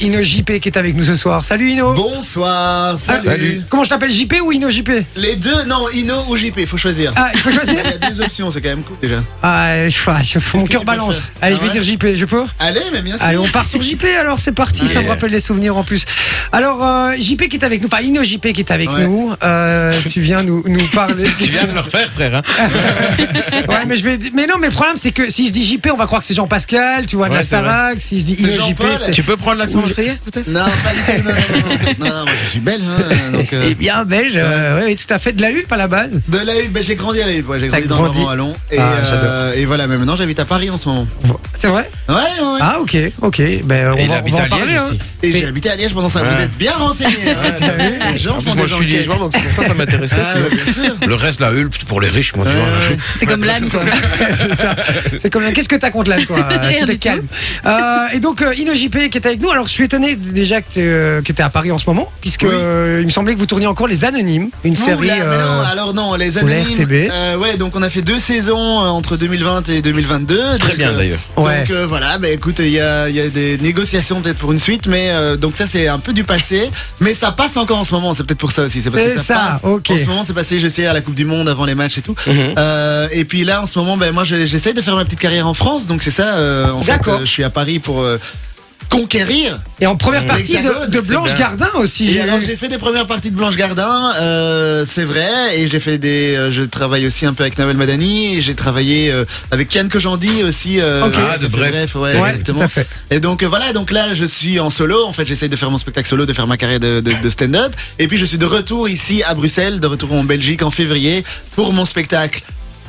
Ino JP qui est avec nous ce soir. Salut Ino Ah, euh, Bonsoir, salut. Comment je t'appelle JP ou Ino JP Les deux, non, Ino ou JP, faut choisir. Ah, il faut Il choisir y a deux options, c'est quand même cool déjà. Ah, je, ah, je- mon que cœur tu balance. préfères Allez, Ah je vais ouais dire JP, je peux Allez, mais bien sûr. Allez, on part sur JP alors, c'est parti, ça me Allez. rappelle des souvenirs en plus. Alors, euh, JP qui est avec nous, enfin Ino JP qui est avec Ouais. nous, euh, tu viens nous, nous parler. Tu viens de le refaire, frère. Hein ouais, mais, je vais, mais non, mais le problème c'est que si je dis JP, on va croire que c'est Jean-Pascal, tu vois, de Ouais, la c'est vrai. Starac. Si je dis Ino JP, Jean-Paul, c'est. tu peux prendre l'accent marseillais Non, pas du tout, non, non, non, non, non, moi je suis belge, hein, donc. euh, Eh bien, belge, euh, ouais, ouais, tout à fait, de la hulpe à la base. De la Hulpe, bah, j'ai grandi à la Hulpe, ouais, j'ai grandi T'as dans le grandi. Morvan à Lons, et, Ah, euh, et voilà, mais maintenant j'habite à Paris en ce moment. C'est vrai Ouais, ouais, ouais. Ah, ok, ok. Ben, on il va, on habite va à en parler. Liège hein. aussi. Et mais- j'ai habité à Liège pendant 5 ans. Vous Ouais. êtes bien renseignés. hein, les gens En font plus, moi, des je suis enquêtes. liégeois, donc c'est pour ça que ça m'intéressait. Ah, sinon. ouais, bien sûr. Le reste, la hulpe, c'est pour les riches, moi, tu vois. C'est comme l'âme, quoi. c'est ça. C'est comme qu'est-ce que t'as contre l'âne, toi Rien Tu t'es du calme. Euh, et donc euh, Ino JP qui est avec nous. Alors je suis étonné déjà que t'es euh, que t'es à Paris en ce moment, puisque Oui. euh, il me semblait que vous tourniez encore les Anonymes, une série. Oula, mais euh, non, alors non, les pour la anonymes. RTB. euh, ouais, donc on a fait deux saisons euh, entre 2020 et 2022. Très donc, bien, euh, d'ailleurs. Ouais. Donc euh, voilà, bah, écoute, il y a, il y a des négociations peut-être pour une suite, mais euh, donc ça c'est un peu du passé, mais ça passe encore en ce moment. C'est peut-être pour ça aussi. C'est parce C'est que ça, ça, passe. ok. En ce moment, c'est passé. Je sais à la Coupe du Monde avant les matchs et tout. Mhm. Euh, et puis là, en ce moment, ben moi, je- j'essaye de faire ma petite carrière en France, donc c'est ça. euh, en fait, D'accord. euh, je suis à Paris pour euh, conquérir Et en première Mmh. partie de, Hexagone, de c'est Blanche bien. Gardin aussi. et j'ai alors vu. j'ai fait des premières parties de Blanche Gardin, euh, c'est vrai, et j'ai fait des, euh, je travaille aussi un peu avec Nawel Madani, et j'ai travaillé euh, avec Yann Kojandi aussi. euh, Ok. Ah, de Bref. ouais, Ouais, exactement. tout à fait. Et donc euh, voilà, donc là je suis en solo, en fait j'essaye de faire mon spectacle solo, de faire ma carrière de, de- de stand-up, et puis je suis de retour ici à Bruxelles, de retour en Belgique en février pour mon spectacle.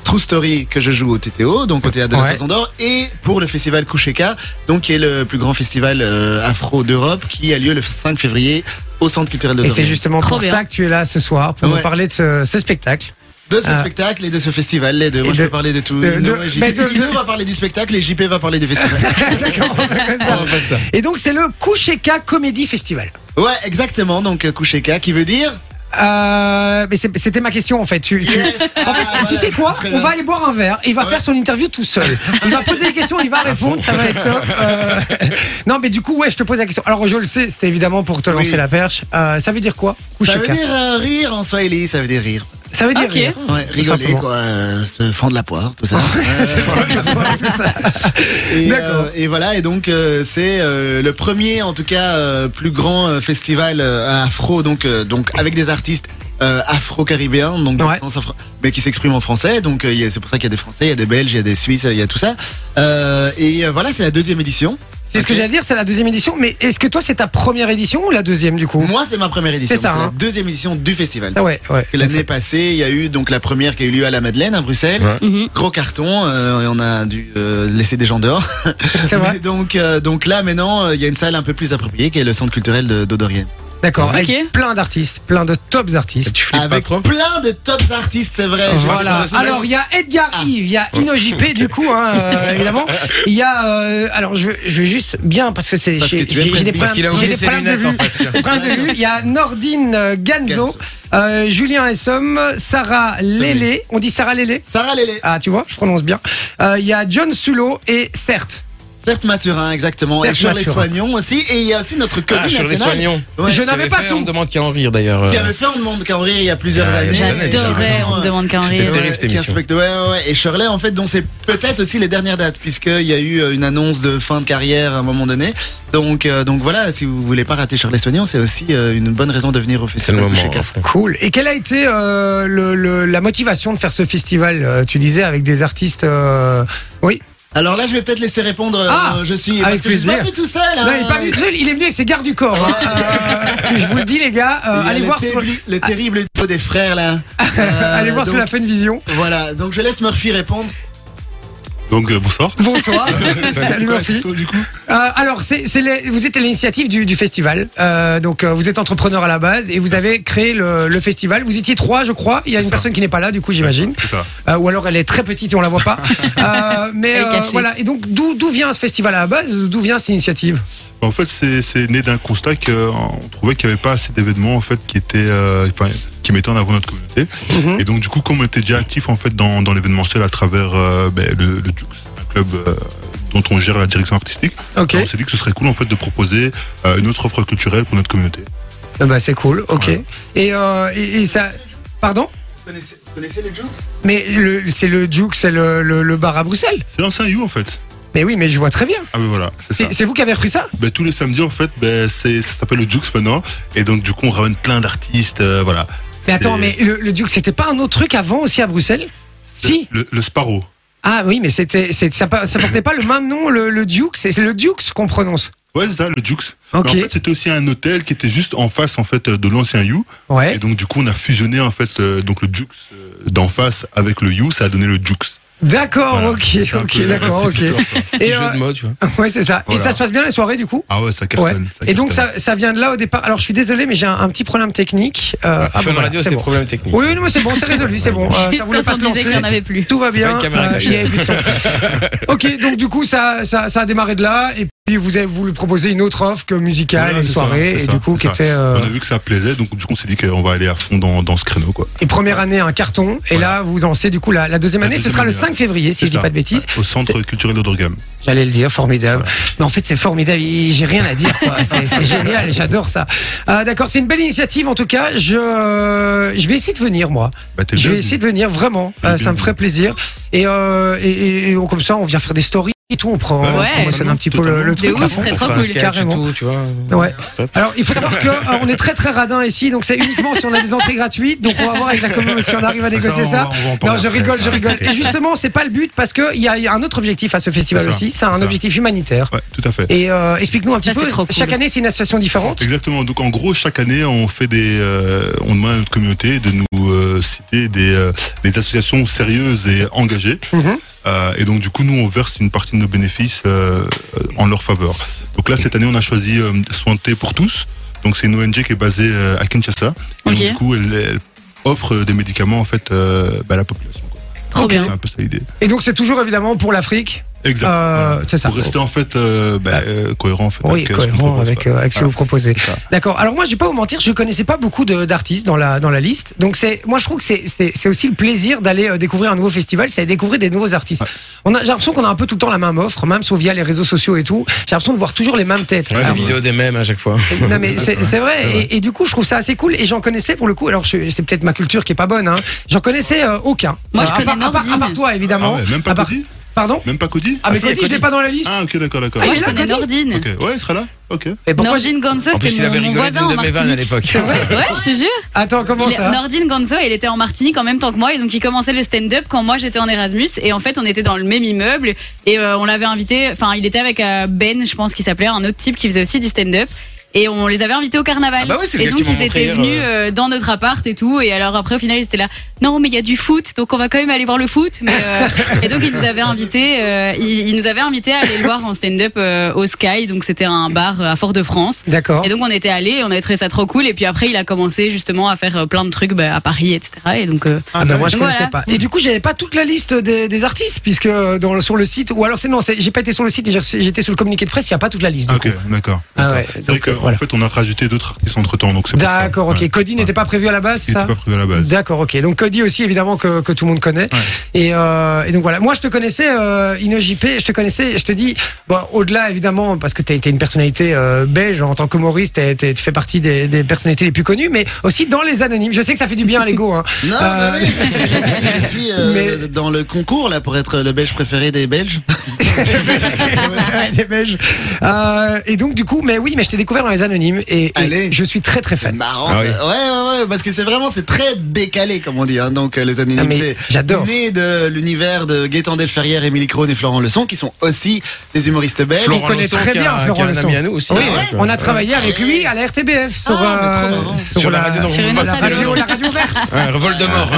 True Story que je joue au TTO, donc au théâtre de Ouais. la Toison d'Or, et pour le festival Koucheka, donc qui est le plus grand festival euh, afro d'Europe, qui a lieu le 5 février au Centre culturel de Et Dordogne. c'est justement Trop pour bien. ça que tu es là ce soir pour nous Ouais. parler de ce, ce spectacle. De ce Ah. spectacle et de ce festival, les deux. Moi, Et je de- vais parler de tout. de- Ino de- et JP. mais de- Ino va parler du spectacle et JP va parler du festival. D'accord. on fait comme Ah, ça. On va faire ça. Et donc c'est le Koucheka Comedy Festival. Ouais, exactement. Donc, euh, Koucheka, qui veut dire Euh, mais c'est- c'était ma question en fait. Tu, tu- Yes. En fait, Ah, tu voilà. sais quoi Très On bien. va aller boire un verre et il va faire son interview tout seul. Il va poser des questions, il va répondre, ça va être top. Euh, Non, mais du coup, ouais, je te pose la question. Alors, je le sais, c'était évidemment pour te lancer Oui. la perche. Euh, ça veut dire quoi Ça veut Kusheka dire euh, rire en Swahili, ça veut dire rire. Ça veut dire Ok. rire. Ouais, rigoler, Mmh. simplement. quoi. euh, se fendre la poire, tout ça. Euh, Tout ça. et, D'accord. euh, et voilà, et donc euh, c'est euh, le premier, en tout cas, euh, plus grand euh, festival euh, afro, donc, euh, donc avec des artistes euh, afro-caribéens, donc de Ouais. France afro- mais qui s'expriment en français. Donc euh, il y a- c'est pour ça qu'il y a des Français, il y a des Belges, il y a des Suisses, il y a tout ça. Euh, et euh, voilà, c'est la deuxième édition. C'est ce que j'allais dire, c'est la deuxième édition. Mais est-ce que toi, c'est ta première édition ou la deuxième du coup Moi, c'est ma première édition. C'est ça, la hein. deuxième édition du festival. Ah ouais, ouais. Que L'année passée, il y a eu donc la première qui a eu lieu à la Madeleine, à Bruxelles. Mhm. Gros carton, euh, et on a dû euh, laisser des gens dehors. C'est vrai. Mais donc, euh, donc là, maintenant, euh, il y a une salle un peu plus appropriée qui est le centre culturel de d'Odorienne. D'accord. Ok. Avec plein d'artistes, plein de tops artistes. Tu flippes pas Avec trop plein de tops artistes, c'est vrai. Je Voilà. sais pas, Alors il y a Edgar Ah. Yves, il y a InnoJP du coup, hein, euh, évidemment. Il y a euh, alors je veux, je veux juste bien parce que c'est Parce que j'ai tu es j'ai- j'ai des presbyte. Parce qu'il a problèmes, j'ai oublié des problèmes ses de lunettes, vue. en fait. Problèmes de vue. Il y a Nordine euh, Ganzo, Ganzo. euh, Julien Essom, Sarah Lélé. On dit Sarah Lélé. Sarah Lélé, Ah tu vois, je prononce bien. Euh, Il y a John Sulo et certes. Certes Mathurin, exactement. Certes et Shirley Mathurin. Soignon aussi. Et il y a aussi notre comédie Ah, sur les nationale. soignons. Ouais. je n'avais T'avais pas fait, On tout. me demande qui en rire, d'ailleurs. euh. Qui avait fait On demande qu'à en rire il y a plusieurs Ah, il y a années. euh, des années, J'adorais, on me demande qu'un C'était rire. terrible, cette Qui émission. inspecte- ouais, ouais, ouais. Et Shirley, en fait, dont c'est peut-être aussi les dernières dates, puisqu'il y a eu euh, une annonce de fin de carrière à un moment donné. Donc, euh, donc voilà, si vous voulez pas rater Shirley Soignon, c'est aussi euh, une bonne raison de venir au C'est le festival. moment. hein. de Cheka. enfin. Cool. Et quelle a été euh, le, le- la motivation de faire ce festival euh, Tu disais avec des artistes. euh, Oui. Alors là, je vais peut-être laisser répondre. euh, Ah, je suis avec parce que je suis plaisir. pas venu tout seul. hein. Non, il est pas venu tout seul, Euh, il est venu avec ses gardes du corps. hein. Euh, je vous le dis, les gars, euh, Il y a allez le voir, sur, terrible- le terrible duo des frères là. Euh, allez voir sur donc, la fin de vision. Voilà, donc je laisse Murphy répondre. Donc euh, bonsoir. Bonsoir. Salut, ma fille. Bonsoir, du coup. Euh, alors, c'est, c'est les- vous êtes à l'initiative du, du festival. Euh, donc, euh, vous êtes entrepreneur à la base et vous avez créé le, le festival. Vous étiez trois, je crois. Il y a une ça. personne qui n'est pas là, du coup, j'imagine. C'est ça. Euh, ou alors elle est très petite et on la voit pas. Euh, mais Elle est euh, cachée. voilà. Et donc, d'où, d'où vient ce festival à la base D'où vient cette initiative En fait, c'est c'est né d'un constat qu'on trouvait qu'il n'y avait pas assez d'événements en fait qui étaient, euh, enfin, qui mettaient en avant notre communauté. Mhm. Et donc du coup, comme on était déjà actif en fait dans, dans l'événementiel à travers euh, ben, le, le Jux, un club euh, dont dont on gère la direction artistique. Ok. On s'est dit que ce serait cool en fait de proposer euh, une autre offre culturelle pour notre communauté. Ah bah, c'est cool, ok. Ouais. Et, euh, et, et ça. Pardon connaissez, connaissez les jokes Mais le- c'est le Duke, c'est le, le- le bar à Bruxelles C'est l'ancien You en fait. Mais oui, mais je vois très bien. Ah ben voilà, c'est ça. C'est c'est vous qui avez repris ça Ben, tous les samedis en fait, ben, c'est- ça s'appelle le Dux maintenant. Et donc du coup on ramène plein d'artistes, euh, voilà. Mais attends, C'est mais le, le Duke, c'était pas un autre truc avant aussi à Bruxelles le- Si Le, le Sparrow. Ah oui, mais c'était, c'est- ça, pa- ça portait pas le même nom, le, le Duke C'est c'est le Duke qu'on prononce. Ouais, c'est ça, le Dux. Ok. Mais En fait, c'était aussi un hôtel qui était juste en face en fait de l'ancien You. Ouais. Et donc du coup, on a fusionné en fait euh, donc le Dux euh, d'en face avec le You, ça a donné le Dux. D'accord, Voilà. ok, C'est un ok, peu la d'accord, ok. petite histoire, quoi. Et Petit jeu euh, de mots, tu vois. Ah, ouais, c'est ça. Et Voilà. ça se passe bien les soirées du coup Ah ouais, ça Ouais. cartonne. ça Et donc cartonne. ça, ça vient de là au départ. Alors je suis désolé, mais j'ai un, un petit problème technique. Euh, ah, Fun bon, voilà, Radio, c'est c'est bon. problème technique. Oui, non, mais c'est bon, c'est résolu, c'est bon. Euh, ça voulait pas Quand se on disait qu'il lancer. n'y en avait plus. Tout va C'est pas bien. une caméra euh, cachée. il y avait plus de son. ok, donc du coup ça, ça, ça a démarré de là, et puis vous avez voulu proposer une autre offre que musicale, Voilà, une c'est soirée, ça, et c'est du ça, coup c'est qui ça. était euh, On a vu que ça plaisait, donc du coup on s'est dit qu'on va aller à fond dans, dans ce créneau quoi. et première année un carton, et là vous lancez du coup la, la deuxième La année. ce deuxième sera le année, 5 février, si C'est je dis ça. pas de bêtises. Au centre culturel d'Odorgam. J'allais le dire, formidable. Mais en fait, c'est formidable. et J'ai rien à dire. quoi. C'est c'est génial. J'adore ça. Ah, D'accord, c'est une belle initiative en tout cas. Je, je vais essayer de venir moi. Bah, t'es Je vais bien. essayer de venir vraiment. T'es Ah, bien. ça me ferait plaisir. Et, euh, et, et- et on- comme ça, on vient faire des stories et tout. On prend, Ouais. on promotionne un petit peu le, le De truc. ouf, à ce fond. serait trop Enfin, cool. un sketch et Carrément. tout, tu vois. Ouais. Top. Alors, il faut savoir que euh, on est très très radin ici, donc c'est uniquement si on a des entrées gratuites. Donc, on va voir avec la commune si on arrive à négocier on ça. va- on va en Non, parler je après, rigole, ça. je rigole. Et justement, c'est pas le but parce qu'il y a- il y a un autre objectif à ce festival C'est ça, aussi. C'est un c'est ça. objectif humanitaire. Ouais, tout à fait. Et euh, explique-nous un petit Ça, c'est peu. trop cool. Chaque année, c'est une association différente. Exactement. Donc en gros, chaque année, on fait des, euh, on demande à notre communauté de nous euh, citer des, euh, des associations sérieuses et engagées. Mhm. Euh, et donc du coup, nous, on verse une partie de nos bénéfices euh, euh, en leur faveur. Donc là, cette année, on a choisi euh, Soin de thé pour tous. Donc c'est une ONG qui est basée euh, à Kinshasa. Et Ok. donc, du coup, elle, elle offre des médicaments en fait euh, bah, à la population. quoi. Trop C'est bien. un peu ça l'idée. Et donc, c'est toujours évidemment pour l'Afrique. Exact. Euh, Voilà. c'est ça. Ah. Pour rester en fait euh, bah, euh, cohérent en fait. Oui, avec, euh, ce qu'on cohérent propose, avec, quoi. euh, avec ce que Voilà. vous proposez. C'est ça. D'accord. Alors moi, je vais pas vous mentir, je connaissais pas beaucoup de- d'artistes dans la dans la liste. Donc c'est, moi, je trouve que c'est c'est c'est aussi le plaisir d'aller euh, découvrir un nouveau festival, c'est aller découvrir des nouveaux artistes. On a, j'ai l'impression qu'on a un peu tout le temps la même offre, même si on via les réseaux sociaux et tout. J'ai l'impression de voir toujours les mêmes têtes. Ah, Ouais, Alors, c'est La vidéo des mêmes à chaque fois. non mais c'est c'est vrai, Et, et du coup je trouve ça assez cool et j'en connaissais pour le coup alors je- c'est peut-être ma culture qui est pas bonne hein j'en connaissais euh, aucun Moi, je à connais part- à part, à Nordine. part toi évidemment Ah ouais, même pas À part- Cody pardon Même pas Cody ah mais Ah, si, Cody, je Cody. l'ai pas dans la liste Ah ok d'accord d'accord. Ah, Moi, il je a connais connu. Nordine. Ok, ouais, il sera là. Ok. et pourquoi j'ai- Nordine Ganso, En plus, il c'était avait mon, mon rigolé voisin d'une en de mes vannes à Martinique. l'époque. c'est vrai Ouais, je te jure. attends comment Il est- ça Nordine Ganzo, elle était en Martinique en même temps que moi, et donc il commençait le stand-up quand moi j'étais en Erasmus, et en fait on était dans le même immeuble, et euh, on l'avait invité, enfin il était avec euh, Ben, je pense qu'il s'appelait, un autre type qui faisait aussi du stand-up. Et on les avait invités au carnaval. Ah bah oui, c'est le et gars donc qui m'a ils montré étaient hier, venus euh, dans notre appart et tout. Et alors après au final ils étaient là. Non mais il y a du foot, donc on va quand même aller voir le foot. Mais, euh, et donc ils nous avaient invités, euh, ils, ils nous avaient invités à aller le voir en stand-up euh, au Sky. Donc c'était un bar euh, à Fort-de-France. d'accord Et donc on était allés, on avait trouvé ça trop cool. Et puis après, il a commencé justement à faire euh, plein de trucs bah, à Paris, etc. Et donc euh, Ah bah moi je Donc connaissais pas. voilà. Et du coup j'avais pas toute la liste des, des artistes puisque euh, dans, sur le site ou alors c'est non c'est- j'ai pas été sur le site j'ai reçu- j'étais sur le communiqué de presse il y a pas toute la liste. du Ok, coup. d'accord. Ah d'accord. ouais, c'est donc, vrai qu'en euh, voilà. fait, on a rajouté d'autres artistes entre temps, donc c'est pour ça. D'accord ok. Ouais. Cody n'était pas prévu à la base c'est Il ça. était pas prévu à la base. D'accord ok. Donc Cody aussi évidemment que, que tout le monde connaît. Et, euh, et donc voilà moi je te connaissais euh, Ino JP je te connaissais je te dis bon au-delà évidemment parce que t'as été une personnalité euh, belge en tant qu'humoriste t'es- t'es- tu fais partie des, des personnalités les plus connues mais aussi dans les anonymes je sais que ça fait du bien à l'ego hein. Non, Euh, mais oui, je suis euh, mais- dans le concours là pour être le Belge préféré des Belges. Ouais, des Belges. Euh, et donc du coup, mais oui, mais je t'ai découvert dans les anonymes et, et Allez. je suis très très C'est fan. marrant. Ah oui. ça. Ouais, ouais, ouais, parce que c'est vraiment, c'est très décalé, comme on dit. Hein. Donc, euh, les anonymes, Ah, mais c'est j'adore. né de l'univers de Gaëtan Delferrière, Émilie Krohn et Florent Leçon, qui sont aussi des humoristes belges. Florent connaît Leçon, très qui a- bien qui a Florent un Leçon. ami à nous aussi. Oui, Ah ouais donc, on euh, a travaillé avec lui à la RTBF sur, Ah, mais trop euh, marrant. sur, Sur la, la radio dont Sur la une autre radio, radio. la radio verte. Un revolte de mort.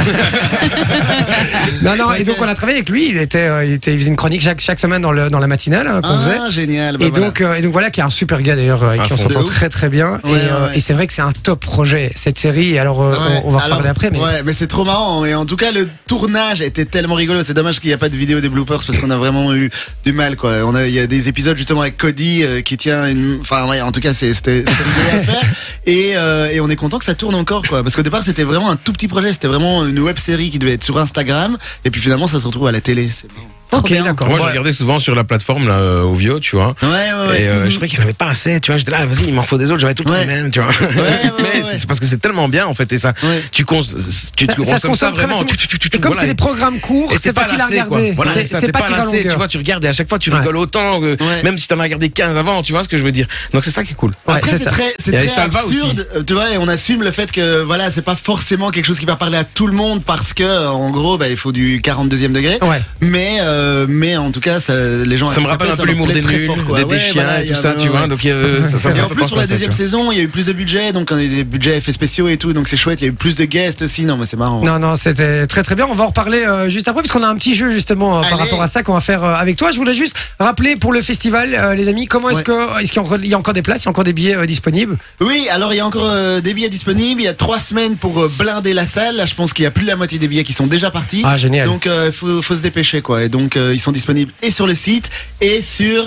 Non, non, et donc on a travaillé avec lui. Il était, euh, il, était- il faisait une chronique chaque, chaque semaine dans, le, dans la matinale hein, qu'on faisait. Ah, génial. bah et, voilà. donc, euh, et donc voilà, qui est un super gars d'ailleurs, euh, avec Ah, qui on fond. s'entend De ouf. très très bien. et Ouais, euh, ouais. et c'est vrai que c'est un top projet cette série. Alors euh, Ouais. on, on va en Alors, reparler après. Mais Ouais, mais c'est trop marrant. Et en tout cas, le tournage était tellement rigolo. C'est dommage qu'il n'y a pas de vidéo des bloopers parce qu'on a vraiment eu du mal, quoi. On a, il y a des épisodes justement avec Cody euh, qui tient une. Enfin, ouais, en tout cas, c'est- c'était c'était rigolo à faire. Et, euh, et on est content que ça tourne encore, quoi. Parce qu'au départ, c'était vraiment un tout petit projet. C'était vraiment une web série qui devait être sur Instagram. Et puis finalement, ça se retrouve à la télé. C'est bon. Trop Ok, bien. d'accord. Moi, je Ouais. regardais souvent sur la plateforme, là, euh, Ovio, tu vois. Ouais, ouais, ouais. Et Mm-hmm. euh, je croyais qu'il n'y en avait pas assez, tu vois. J'étais là, ah, vas-y, il m'en faut des autres, j'avais tout le temps Ouais. les mêmes, tu vois. ouais, Mais ouais, c'est- ouais. c'est parce que c'est tellement bien, en fait, et ça, Ouais. tu, cons tu, tu Ça- ça se consommes ça consomme très vraiment. facilement. tu- tu- tu- tu- Et comme voilà, c'est des et- programmes courts, et c'est t'es pas facile à lassé, quoi. regarder. Voilà, C'est- c'est ça, c'est t'es pas pas tiré à lassé, tu longueur. vois, tu regardes et à chaque fois tu rigoles autant, que- Ouais. même si t'en as regardé 15 avant, tu vois ce que je veux dire. Donc c'est ça qui est cool. Ouais, Après, c'est c'est ça. très, c'est Il y a très Salva aussi. absurde, euh, tu vois, et on assume le fait que, voilà, c'est pas forcément quelque chose qui va parler à tout le monde parce que, euh, en gros, bah, il faut du 42e degré. Ouais. Mais, euh, mais en tout cas, ça, les gens. Ça me rappelle un ça peu leur l'humour plaît des très nuls, fort, quoi. des, des Ouais, chiens voilà, et il y tout a- ça, tu ouais, vois. ouais. Donc euh, ça, ça me Et fait en un peu plus, penser pour la à ça, tu deuxième vois. saison, il y a eu plus de budget, donc on a eu des budgets effets spéciaux et tout, donc c'est chouette. Il y a eu plus de guests aussi, non, mais c'est marrant. Non, non, c'était très très bien. On va en reparler euh, juste après, puisqu'on a un petit jeu justement euh, par Allez. rapport à ça qu'on va faire euh, avec toi. Je voulais juste rappeler pour le festival, euh, les amis, comment est-ce Ouais. que est-ce qu'il y a encore- il y a encore des places, il y a encore des billets euh, disponibles Oui, alors il y a encore euh, des billets disponibles. Il y a trois semaines pour euh, blinder la salle. Là, je pense qu'il y a plus de la moitié des billets qui sont déjà partis. Ah, génial. Donc, euh, il faut, faut se dépêcher, quoi. Et donc, euh, ils sont disponibles et sur le site et sur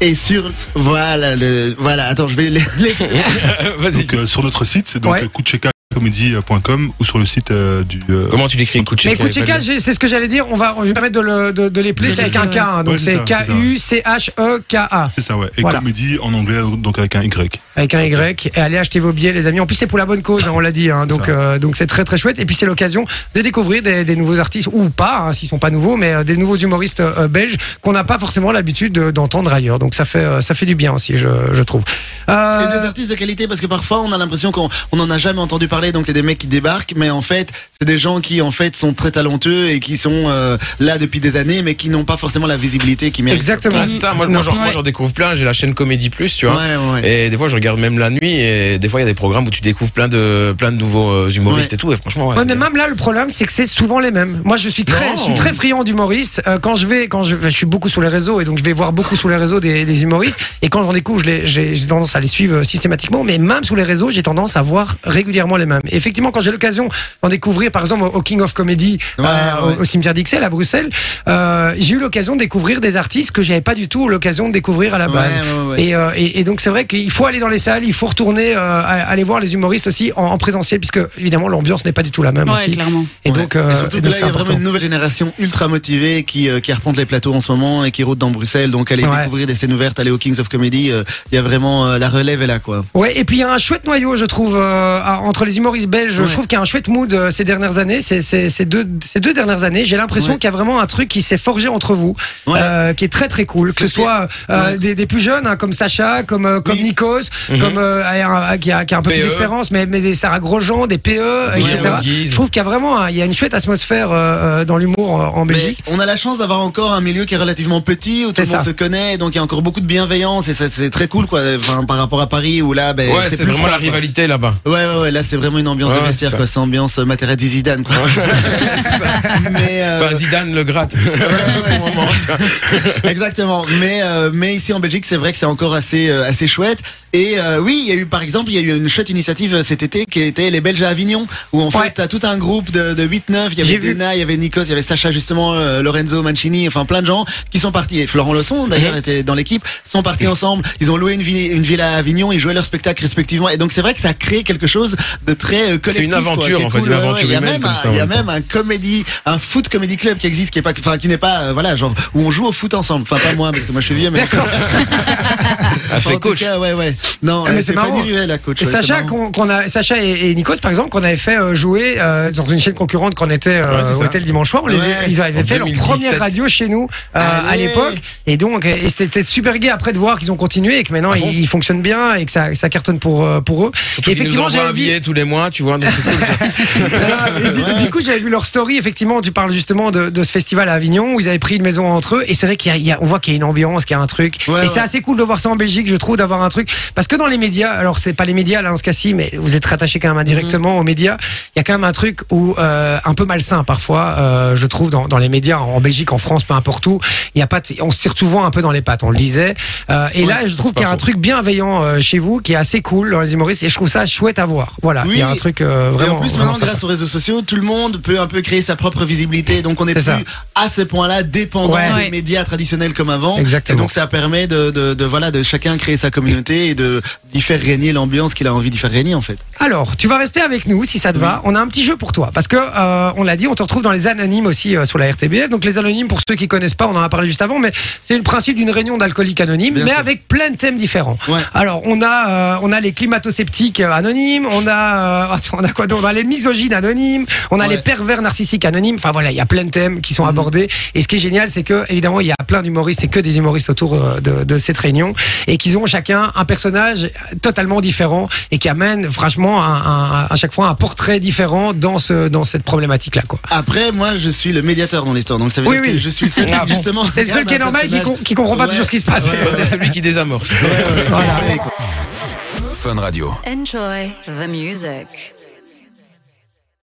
et sur voilà le voilà. Attends, je vais les, les- Vas-y. Donc euh, sur notre site, c'est donc Ouais. euh, coupecheckacomédie.com ou sur le site euh, du. euh, Comment tu l'écris Coup de Mais checker, écoute, Cheka, pas le- j'ai- c'est ce que j'allais dire. On va, je vais me permettre de, le- de, de les placer De avec le- un K. hein. donc Ouais, c'est c'est ça, c'est ça. E K-U-C-H-E-K-A. C'est ça, ouais. Et Voilà. comédie en anglais, donc avec un Y. Avec un Y. Et allez acheter vos billets, les amis. En plus, c'est pour la bonne cause, hein, on l'a dit. hein. donc, ça. euh, donc c'est très très chouette. Et puis, c'est l'occasion de découvrir des, des nouveaux artistes, ou pas, hein, s'ils sont pas nouveaux, mais euh, des nouveaux humoristes euh, belges qu'on n'a pas forcément l'habitude de- d'entendre ailleurs. Donc, ça fait, euh, ça fait du bien aussi, je, je trouve. Euh, et des artistes de qualité parce que parfois on a l'impression qu'on on n'en a jamais entendu parler. Donc c'est des mecs qui débarquent, mais en fait c'est des gens qui en fait sont très talentueux et qui sont euh, là depuis des années, mais qui n'ont pas forcément la visibilité qui méritent. Exactement. Ah, c'est ça, moi, moi, genre, moi j'en découvre plein, j'ai la chaîne Comédie Plus, tu vois. Ouais, ouais, ouais. Et des fois je regarde même la nuit et des fois il y a des programmes où tu découvres plein de plein de nouveaux euh, humoristes Ouais. et tout et franchement ouais, Ouais, c'est- mais même là, le problème, c'est que c'est souvent les mêmes. Moi, je suis très, Non. je suis très friand d'humoristes. Euh, quand je vais, quand je, je suis beaucoup sur les réseaux et donc je vais voir beaucoup sur les réseaux des, des humoristes. Et quand j'en découvre, je les- j'ai j'ai tendance à les suivre euh, systématiquement. Mais même sur les réseaux, j'ai tendance à voir régulièrement les mêmes. Et effectivement, quand j'ai l'occasion d'en découvrir, par exemple, au- au King of Comedy, Ouais, euh, ouais. au- au cimetière d'Ixelles à Bruxelles, euh, j'ai eu l'occasion de découvrir des artistes que j'avais pas du tout l'occasion de découvrir à la Ouais, base. ouais, ouais. Et, euh, et, et donc c'est vrai qu'il faut aller dans les salles, il faut retourner euh, à- aller voir les humoristes aussi en, en présentiel, puisque évidemment l'ambiance n'est pas du tout la même Ouais, aussi. clairement. Et Ouais. donc, euh, Et surtout et que donc là, c'est il y a important. vraiment une nouvelle génération ultra motivée qui, euh, qui arpente les plateaux en ce moment et qui rôde dans Bruxelles. Donc, allez Ouais. découvrir des scènes ouvertes, aller au Kings of Comedy. euh, Il y a vraiment euh, la relève est là, quoi. Ouais, et puis il y a un chouette noyau, je trouve, euh, à- entre les humoristes belges. Je Ouais. trouve qu'il y a un chouette mood euh, ces dernières années, ces, ces, ces deux, ces deux dernières années. J'ai l'impression Ouais. qu'il y a vraiment un truc qui s'est forgé entre vous, Ouais. euh, qui est très très cool. Que ce soit Parce que- euh, Ouais. des, des plus jeunes, hein, comme Sacha, comme, euh, comme Oui. Mhm. E. Nikos, comme euh, un- un- qui, a, qui a un peu plus PE. d'expérience, mais, mais des Sarah Grosjean, des PE, etc. Guise. Je trouve qu'il y a vraiment un- il y a une chouette atmosphère euh, euh, dans l'humour euh, en Mais Belgique. on a la chance d'avoir encore un milieu qui est relativement petit où tout C'est le monde ça. se connaît, donc il y a encore beaucoup de bienveillance et ça, c'est très cool, quoi. Enfin, par rapport à Paris où là, ben, Ouais, c'est plus vraiment froid, la quoi. rivalité là-bas. Ouais, ouais, ouais. Là, c'est vraiment une ambiance Ouais, de ouais, vestiaire, ça. quoi. C'est ambiance euh, Materazzi Zidane, quoi. Mais euh, Enfin, Zidane le gratte. Au moment. Exactement. Mais euh, mais ici en Belgique, c'est vrai que c'est encore assez euh, assez chouette. Et euh, oui, il y a eu par exemple, il y a eu une chouette initiative euh, cet été qui était les Belges à Avignon, où en Ouais. fait t'as tout un groupe de, de 8-9, il y J'ai avait vu. Dena, il y avait Nikos, il y avait Sacha justement, euh, Lorenzo Mancini, enfin plein de gens qui sont partis. Et Florent Leçon d'ailleurs Mhm. était dans l'équipe, sont partis ensemble. Ils ont loué une, vi- une ville à Avignon, ils jouaient leur spectacle respectivement. Et donc c'est vrai que ça crée quelque chose de très euh, collectif. C'est une quoi, aventure, qui est en fait, cool. une Ouais, ouais. aventure Il y a humaine même comme un- ça, en il y a même temps. même un comédie, un foot comedy club qui existe, qui est pas, enfin qui n'est pas, euh, voilà, genre où on joue au foot ensemble. Enfin pas moi parce que moi je suis vieux, mais D'accord. A Enfin, fait en tout coach. cas, ouais, ouais. Non, Ah, mais euh, c'est c'est marrant. Fanny Ruel, la coach. Et ouais, c'est Sacha, marrant. qu'on, qu'on a, Sacha et, et Nikos, par exemple, qu'on avait fait euh, jouer euh, dans une chaîne concurrente qu'on était euh, Ouais, c'est au ça. hôtel dimanche soir. On les a- Ouais. ils avaient En fait leur 2017. première radio chez nous euh, à Allez. l'époque. Et donc, et c'était, c'était super gai après de voir qu'ils ont continué et que maintenant Ah bon ils, ils fonctionnent bien et que ça, ça cartonne pour, euh, pour eux. Surtout Et qu'il nous envoie un billet tous les mois, tu vois, donc c'est cool. ça. Ah, Et du, du coup, j'avais vu leur story. Effectivement, tu parles justement de, de ce festival à Avignon où ils avaient pris une maison entre eux. Et c'est vrai qu'il y a- il y a- on voit qu'il y a une ambiance, qu'il y a un truc. Ouais, et ouais. c'est assez cool de voir ça en Belgique, je trouve, d'avoir un truc. Parce que dans les médias, alors c'est pas les médias là en ce cas-ci, mais vous êtes rattachés quand même indirectement Mhm. aux médias. Il y a quand même un truc où euh, un peu malsain parfois, euh, je trouve, dans, dans les médias en Belgique, en France, peu importe où. Il y a pas, de- on se tire souvent un peu dans les pattes. On le disait. Euh, et Ouais, là, je c'est trouve pas qu'il y a un faux. truc bienveillant bienveillant euh, chez vous qui est assez cool dans les humoristes et je trouve ça chouette à voir. Voilà, Oui. il y a un truc euh, Et vraiment. en plus, vraiment maintenant, sympa. grâce aux réseaux sociaux, tout le monde peut un peu créer sa propre visibilité. Donc, on n'est C'est plus ça. à ce point-là dépendant Ouais. des Ouais. médias traditionnels comme avant. Exactement. Et donc, ça permet de, de, de, voilà, de chacun créer sa communauté et de d'y faire régner l'ambiance qu'il a envie d'y faire régner, en fait. Alors, tu vas rester avec nous si ça te va. On a un petit jeu pour toi parce que euh, on l'a dit, on te retrouve dans les anonymes aussi euh, sur la RTBF. Donc les anonymes pour ceux qui connaissent pas, on en a parlé juste avant, mais c'est le principe d'une réunion d'alcooliques anonymes, Bien mais sûr. avec plein de thèmes différents. Ouais. Alors on a euh, on a les climato-sceptiques euh, anonymes, on a euh, attends, on a quoi d'autre On a les misogynes anonymes, on a Ouais. Mhm. les pervers narcissiques anonymes. Enfin voilà, il y a plein de thèmes qui sont abordés. Et ce qui est génial, c'est que évidemment il y a plein d'humoristes, c'est que des humoristes autour euh, de, de cette réunion et qu'ils ont chacun un personnage totalement différent et qui amène franchement un- un- à chaque fois un portrait différent dans ce dans cette problématique là quoi. Après, moi, je suis le médiateur dans l'histoire. Donc, ça veut Oui, dire oui. que je suis le seul, qui, Ah bon. justement. C'est le seul qui est regarde un normal et qui, personnage. com- qui comprend pas Ouais. toujours ce qui se passe. Toi, t'es celui qui désamorce. Ouais, ouais, ouais. Voilà. C'est- Fun Radio. Enjoy the music.